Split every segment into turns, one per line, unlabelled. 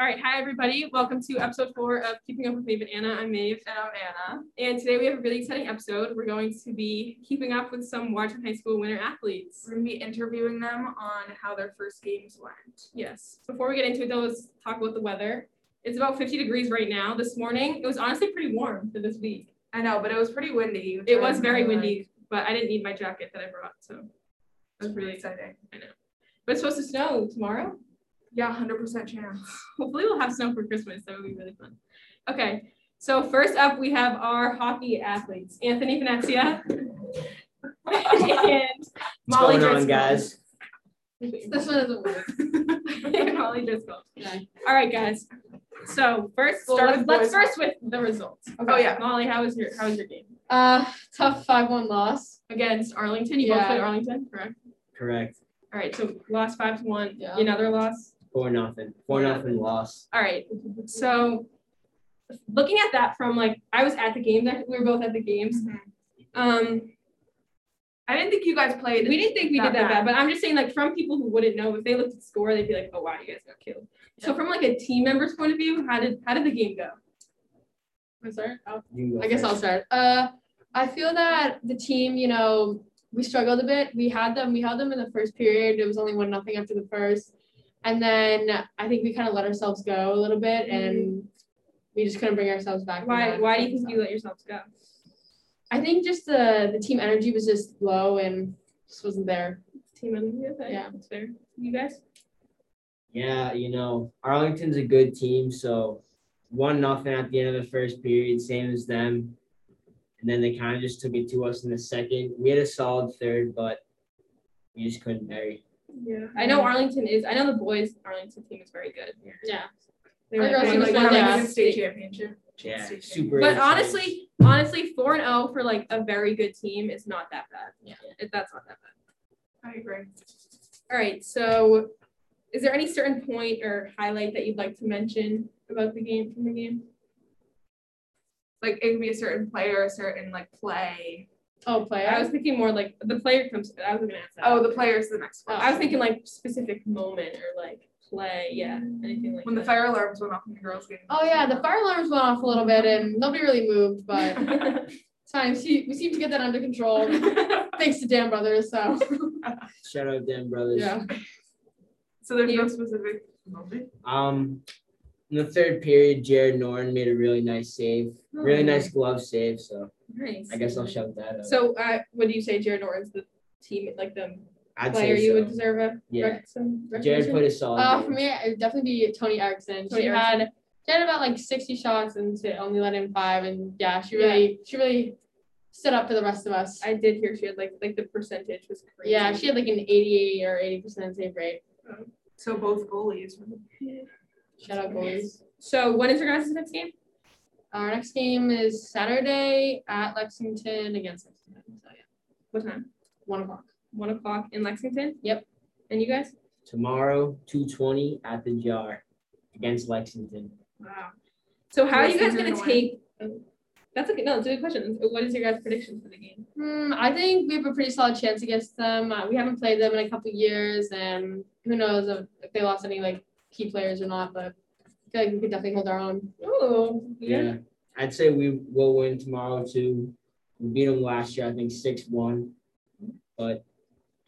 All right, hi everybody. Welcome to episode four of Keeping Up with Maeve and Anna. I'm Maeve.
And I'm Anna.
And today we have a really exciting episode. We're going to be keeping up with some Watertown High School winter athletes.
We're going to be interviewing them on how their first games went.
Yes. Before we get into it though, let's talk about the weather. It's about 50 degrees right now. This morning, it was honestly pretty warm for this week.
I know, but it was pretty windy. which
It
I
was
didn't
very
really
windy, but I didn't need my jacket that I brought, so
like. It was really exciting.
but it's supposed to snow tomorrow.
Yeah, 100% chance.
Hopefully we'll have snow for Christmas. That would be really fun. Okay. So first up we have our hockey athletes, Anthony Venezia and
What's
Molly
going
Driscoll.
on, guys?
and
This one doesn't work.
Molly Driscoll.
Yeah.
All right, guys. So first
Well,
start
let's-
with, let's
boys.
first with the results.
Oh, yeah.
Molly, how was your how was your game?
Uh, tough five one loss.
Against Arlington. You both
Yeah.
played Arlington, correct?
Correct.
All right, so lost five to one.
Yeah.
Another loss.
Four nothing. Four nothing loss.
All right. So looking at that from like I was at the games. I- We were both at the games. Um,
I didn't think you guys
we
played.
didn't think we
Not
did that
bad.
bad, but I'm just saying like from people who wouldn't know, if they looked at the score, they'd be like, "Oh wow, you guys got killed." So from like a team member's point of view, how did how did the game go?
I'm sorry. I'll-
You can go
I guess I'll
first.
start. Uh, I feel that the team, you know, we struggled a bit. We had them. We held them in the first period. It was only one nothing after the first, and then I think we kind of let ourselves go a little bit, and we just couldn't bring ourselves back. from
Mm-hmm. Why
that.
why do you think you let yourselves go?
I think just the the team energy was just low and just wasn't there.
Team member, okay,
Yeah.
that's fair. You guys?
Yeah, you know Arlington's a good team, so one nothing at the end of the first period, same as them, and then they kind of just took it to us in the second. We had a solid third, but we just couldn't bury.
Yeah. I know Arlington is. I know the boys Arlington team is very good.
Yeah.
They
Our
were
girls
playing,
team was
like,
one of
having
the
a
best.
state championship.
Yeah,
State championship.
super.
But
exciting.
honestly, honestly, four and zero for like a very good team is not that bad.
Yeah.
It- that's not that bad.
I agree.
All right, so is there any certain point or highlight that you'd like to mention about the game from the game?
Like it could be a certain player, a certain like play.
Oh, play.
I was thinking more like the player comes. I was gonna ask that.
Oh, the player's the next one.
I was thinking like specific moment or like play. Yeah, anything like
when the
that.
fire alarms went off in the girls' game.
Oh yeah, the fire alarms went off a little bit, and nobody really moved, but. times he, we seem to get that under control thanks to Dan Brothers. So
shout out them brothers.
yeah,
so there's no
You-
specific moment.
Um, in the third period, Jared Norton made a really nice save, really nice glove save. So
nice.
I guess I'll shout that out.
Hmm. So, uh, would you say Jared Norton's the team like the
I'd
player
say
you
so.
would deserve a
Yeah.
rec- Oh, some
Jared
recognition?
put a solid.
uh,
game.
for me it would definitely be Tony Erickson.
Tony
she had she had about like sixty shots and she only let in five, and yeah, she really she really stood up for the rest of us.
I did hear she had like like the percentage was crazy.
yeah, she had like an eighty-eight or eighty percent save rate.
So both goalies.
Shout out goalies.
So when is your guys' next game?
Our next game is Saturday at Lexington against Lexington. So yeah,
What time?
one o'clock.
One o'clock in Lexington.
Yep.
And you guys?
tomorrow, 220 at the jar against Lexington.
Wow. So how are you guys
Lexington
gonna take? oh, That's okay. No, it's a good question. What is your guys' prediction for the game?
Hmm, I think we have a pretty solid chance against them. Uh, we haven't played them in a couple years, and who knows if, if they lost any like key players or not. But I feel like we could definitely hold our own.
Oh, yeah.
I'd say we will win tomorrow too. We beat them last year, I think 6 1, but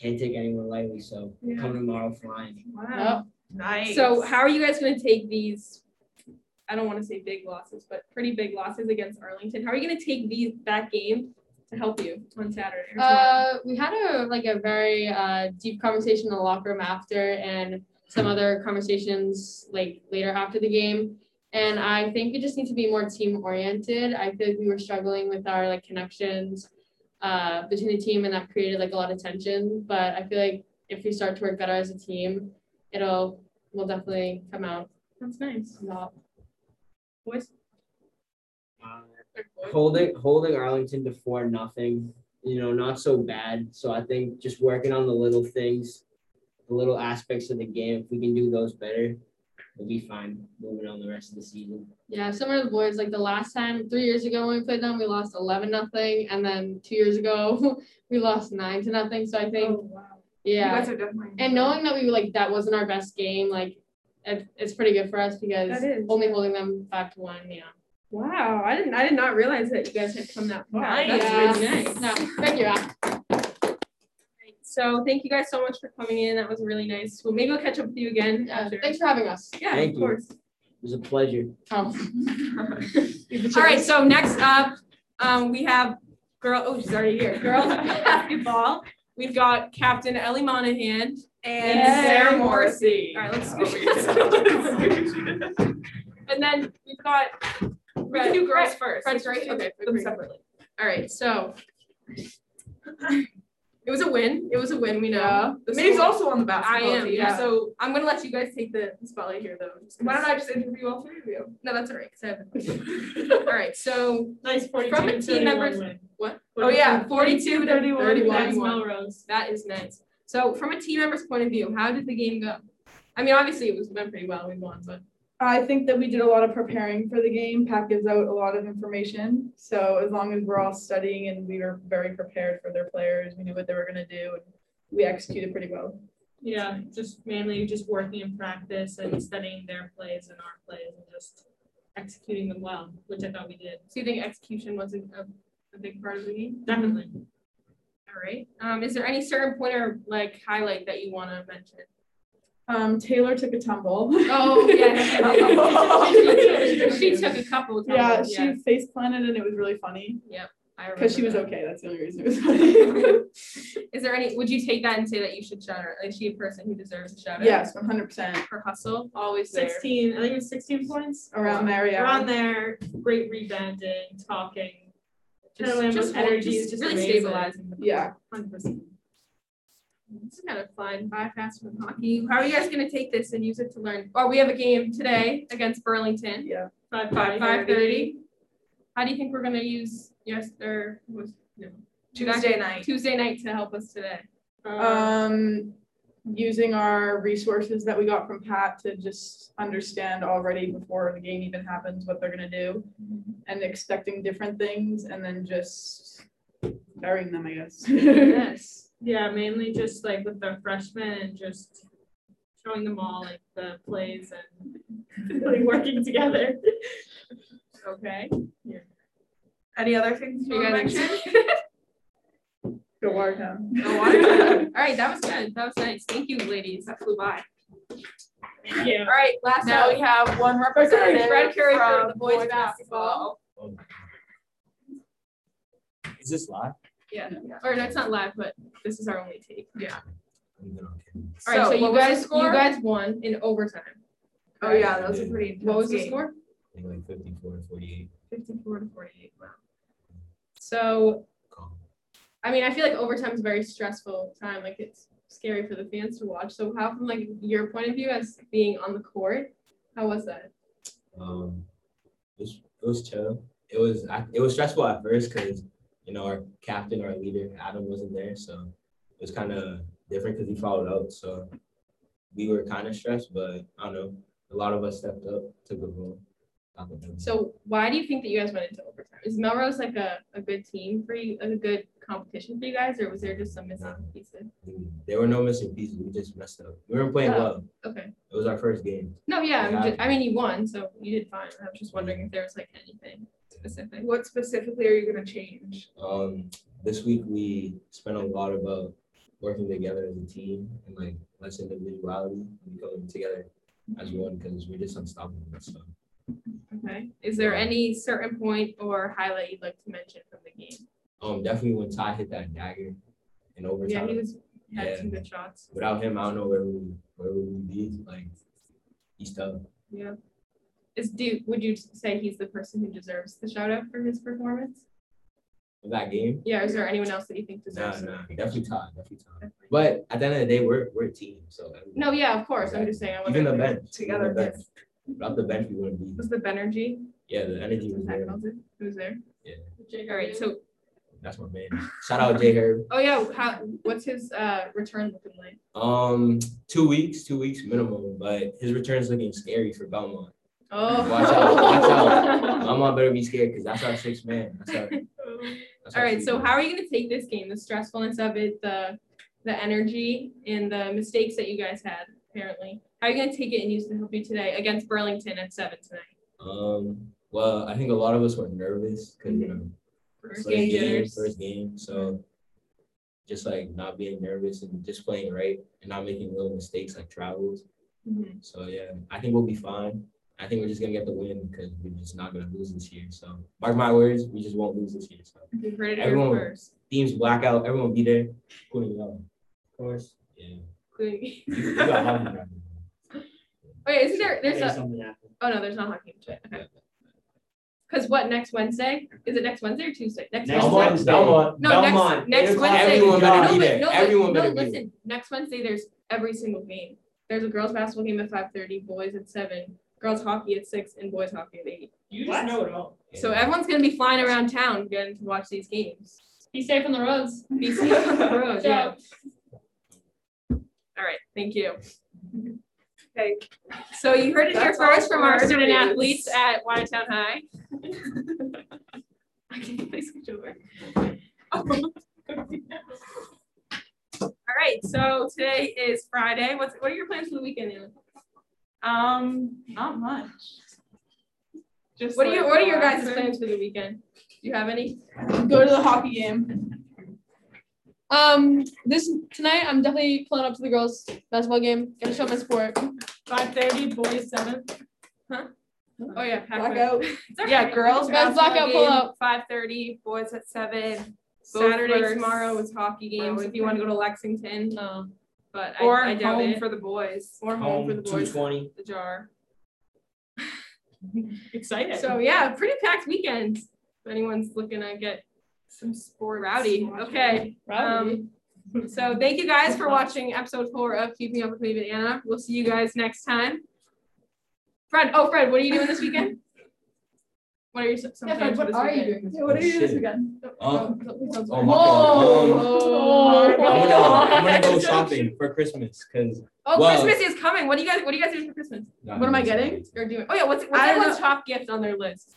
can't take anyone lightly. So
Yeah.
come tomorrow flying.
Wow. Nice.
So how are you guys gonna take these? I don't want to say big losses, but pretty big losses against Arlington. How are you gonna take these that game to help you on Saturday? or tomorrow?
Uh, we had a like a very uh, deep conversation in the locker room after, and some other conversations like later after the game. And I think we just need to be more team oriented. I feel like we were struggling with our like connections uh, between the team, and that created like a lot of tension. But I feel like if we start to work better as a team, it'll will definitely come out.
That's nice.
on top.
Boys?
Uh, holding holding Arlington to 4 nothing, you know, not so bad. So I think just working on the little things, the little aspects of the game, if we can do those better, we'll be fine moving on the rest of the season.
Yeah, similar to the boys. Like the last time, three years ago when we played them, we lost eleven nothing, and then two years ago we lost nine to nothing. So I think,
Oh, wow.
You
yeah,
guys are definitely.
and knowing that we like that wasn't our best game, like it, it's pretty good for us because
That is.
only holding them five to one, yeah.
Wow, I didn't I did not realize that you guys had come that far.
Nice.
That's
Yeah.
really nice.
No, thank you. Al.
So thank you guys so much for coming in. That was really nice. Well, maybe we'll catch up with you again
Uh,
after.
thanks for having us.
Yeah,
Thank
of
you.
course.
was a pleasure.
Oh.
All right, so next up, um, we have girl, oh, she's already here, girls basketball. We've got Captain Ellie Monahan and
Yay.
Sarah Morrissey.
All right, let's
Oh,
scooch.
And then we've got, we can do girls first.
Fred's right?
Okay,
Okay, great.
separately. All right, so. It was a win, it was a win, we know. The
Maeve's
school-
also on the
I
basketball
am,
team.
yeah,
So
so I'm gonna let you guys take the the spotlight here though. just 'cause-
why don't I just interview all three of you?
No, that's all right, 'cause I have- All right, so
Nice forty-two
From a
to
team members-
thirty-one win.
What?
Oh,
yeah,
42,
31,
31,
that's
That's Melrose.
That is nice. So from a team member's point of view, how did the game go? I mean, obviously it was went pretty well. We won, but
I think that we did a lot of preparing for the game. Pat gives out a lot of information. So as long as we're all studying and we were very prepared for their players, we knew what they were gonna do and we executed pretty well.
Yeah,
Yeah,
just mainly just working in practice and studying their plays and our plays and just executing them well, which I thought we did. So you think execution was a, a, a big part of the game? Definitely. All right. Um, is there any certain point or like highlight that you want to mention?
Um, Taylor took a tumble.
Oh yeah.
yeah.
she took a couple. of
Yeah,
tumbles,
she face planted and it was really funny.
I remember
Because she was
that.
okay. That's the only reason it was funny.
Is there any? Would you take that and say that you should shout her? Is she a person who deserves a shout out?
yes, one hundred percent.
Her hustle always there.
Sixteen. I think it was sixteen points. Around there, yeah. Around there.
great rebounding, talking.
Just,
Carolyn
just,
with energy
just
is just
really
amazing.
stabilizing. The
Yeah.
Hundred percent.
This is kind of fun. Buy fast from hockey. How are you guys gonna take this and use it to learn? Oh, we have a game today against Burlington.
Yeah.
Five
Five
five
five
thirty.
thirty. How do you think we're gonna use yes or was no
Tuesday night.
Tuesday night to help us today?
Uh,
Uh-huh.
Um, using our resources that we got from Pat to just understand already before the game even happens what they're gonna do, and expecting different things, and then just burying them, I guess.
yes.
yeah, mainly just like with the freshmen and just showing them all like the plays and really working together.
Okay.
Any other things
You guys
Go Watertown.
No water. All right, that was good. That was nice. Thank you, ladies. That flew by.
Yeah.
All right, last
Now
up,
we have one representative
Oh, Fred Fred Curry
from
from the boys basketball.
Um, Is this live?
Yeah, or that's not live, but this is our only take. Yeah.
All right, so,
what
you
was the
guys
score?
you guys won.
in overtime.
Oh, yeah,
that was a
pretty.
What was the score?
Like fifty-four to forty-eight.
Fifty-four to forty-eight. Wow.
So
Call.
I mean, I feel like overtime is a very stressful time. Like it's scary for the fans to watch. So how from like your point of view as being on the court, how was that?
Um, it was, it was chill. It was I, it was stressful at first because you know our captain, our leader Adam wasn't there, so it was kind of different because he followed out. So we were kind of stressed, but I don't know. A lot of us stepped up, took a role. I don't know.
So why do you think that you guys went into overtime? Is Melrose like a, a good team for you, a good competition for you guys, or was there just some missing pieces?
There were no missing pieces. We just messed up. We weren't playing
Oh.
well.
Okay.
It was our first game.
No, yeah. I'm
Yeah.
just, I mean, you won, so you did fine. I was just wondering if there was like anything specific.
What specifically are you gonna change?
um this week we spent a lot about working together as a team and like less individuality and going together as
Mm-hmm.
one because we're just unstoppable. So
Okay. Is there any certain point or highlight you'd like to mention from the game?
um definitely when Ty hit that dagger in
Yeah,
overtime.
he was had
Yeah.
some good shots.
Without him, I don't know where we where we would be. Like he's tough.
Is do would you say he's the person who deserves the shout out for his performance?
In that game,
Yeah. Is there anyone else that you think
nah,
deserves? it?
nah, definitely Ty, definitely Ty. But at the end of the day, we're we're a team. So
No, yeah, of course. I'm just saying. I wasn't-
even the bench
Together,
even the bench. Without the bench, we wouldn't be.
Was the Benergy?
Yeah, the energy was there.
Who's there?
Yeah.
All right. So
That's my man. Shout out J Herb.
Oh yeah, how what's his uh return looking like?
Um, two weeks, two weeks minimum, but his return's looking scary for Belmont.
Oh.
Watch out, watch out. Belmont better be scared because that's our sixth man. That's our, that's
All
our
right,
sixth
so
man.
how are you gonna take this game, the stressfulness of it, the the energy and the mistakes that you guys had? apparently. How are you gonna take it and use it to help you today against Burlington at seven tonight?
Um, well, I think a lot of us were nervous because you know first game, first game, so just like not being nervous and just playing right and not making little mistakes like travels.
Mhm.
So yeah, I think we'll be fine. I think we're just gonna get the win because we're just not gonna lose this year. So mark my words, we just won't lose this year. So
You heard it here
Everyone-
first.
teams blackout, everyone be there, including y'all.
Of course.
Yeah,
Wait,
you got hockey practice.
isn't there? There's
There's
a.
something happened.
Oh no, there's not hockey tonight. Okay. Because what next Wednesday? Is it next Wednesday or Tuesday? Next,
Next
Wednesday.
Wednesday.
Belmont, Belmont.
No, next-
Belmont,
next
eight o'clock.
Wednesday.
Everyone better
No,
be
wait,
there.
no, wait,
Everyone
no,
better be there.
listen. Next Wednesday, there's every single game. There's a girls' basketball game at five thirty, boys at seven, girls' hockey at six, and boys' hockey at eight.
You
What?
just know it all.
So everyone's gonna be flying around town going to watch these games.
Be safe on the roads.
Be safe on the road, yeah.
Ciao.
All right, thank you. Okay, so you heard it here first from our student athletes at Wyatown High. Okay, please switch over. All right, so today is Friday. What's, what are your plans for the weekend, Anna?
Um, not much. Just
What are your,
like
what are your guys'
relaxing.
plans for the weekend? Do you have any?
Go to the hockey game.
Um, this tonight I'm definitely pulling up to the girls basketball game. Gotta show my sport.
Five thirty, boys seven.
Oh, yeah. Pac-Man.
Blackout.
It's all
Yeah,
right.
girls
Guys, blackout pull up.
Five thirty, boys at seven.
Go
Saturday
first.
tomorrow is hockey games if you want to go to Lexington,
No.
but I,
Or
I doubt
home
it.
for the boys.
Or home for the
Two
boys.
twenty.
The jar.
Excited.
So yeah, pretty packed weekend. If anyone's looking to get
some sport
rowdy, okay. Um, so thank you guys for watching episode four of Keeping Up with Maeve and Anna. We'll see you guys next time. Fred, oh Fred, what are you doing this weekend? What are your some
Yeah,
plans
Fred,
for
what
this
are you
weekend?
doing? this- What are you doing this
Oh, Shit.
weekend?
Um,
Whoa.
oh
Oh,
my god. Um, I'm
my
gonna,
God.
I'm gonna go shopping for Christmas because
Oh,
Wow.
Christmas is coming. What do you guys? What do you guys do for Christmas?
What am I getting?
Or doing? Oh yeah, what's what's
I don't
everyone's top gift on their list?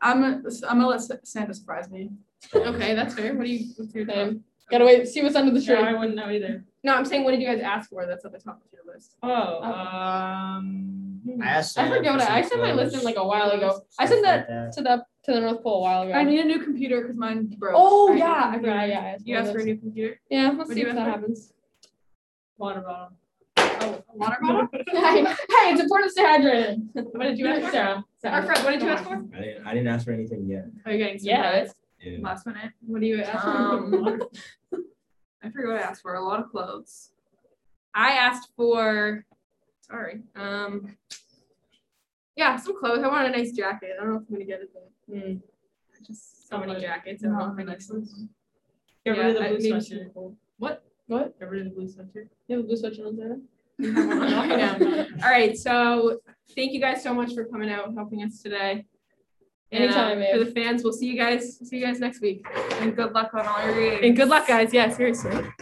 I'm I'm gonna let Sa- Santa surprise me.
Okay, that's fair. What do you? What's your top?
Same. Gotta wait, see what's under the
Sure,
tree.
I wouldn't know either.
No, I'm saying what did you guys ask for? That's at the top of your list.
Oh, um.
I asked.
I forget what I, I sent my list in like a while ago. I sent that to the to the North Pole a while ago.
I need a new computer because mine broke.
oh
I need a
yeah, I
computer.
forgot. Yeah, it's
You
one
asked for
of
a
those.
new computer.
Yeah, let's
What do
see
you
if
ask
that
for?
happens.
Water bottle.
Oh, a water bottle.
hey, hey, it's important to stay hydrated.
What did you ask for?
Sarah? Sarah.
Our Fred, what did you ask for?
I didn't, I didn't ask for anything yet.
Oh, you're getting
Yeah.
surprised.
Yeah.
Last minute.
What do you ask
Um, I forgot what I asked for. A lot of clothes. I asked for, sorry, um, yeah, some clothes. I wanted a nice jacket. I don't know if I'm gonna get it. Though. Just so many
Solid.
jackets. I don't know if I need some.
Get
Yeah,
rid of
I-
the blue
maybe-
sweatshirt.
What?
What?
Get rid of the blue sweatshirt.
You have a blue sweatshirt on, Sarah?
I know. All right. So thank you guys so much for coming out and helping us today. And, uh,
Anytime, babe.
for the fans, we'll see you guys. See you guys next week.
And good luck on all your games.
And good luck, guys. Yeah, seriously.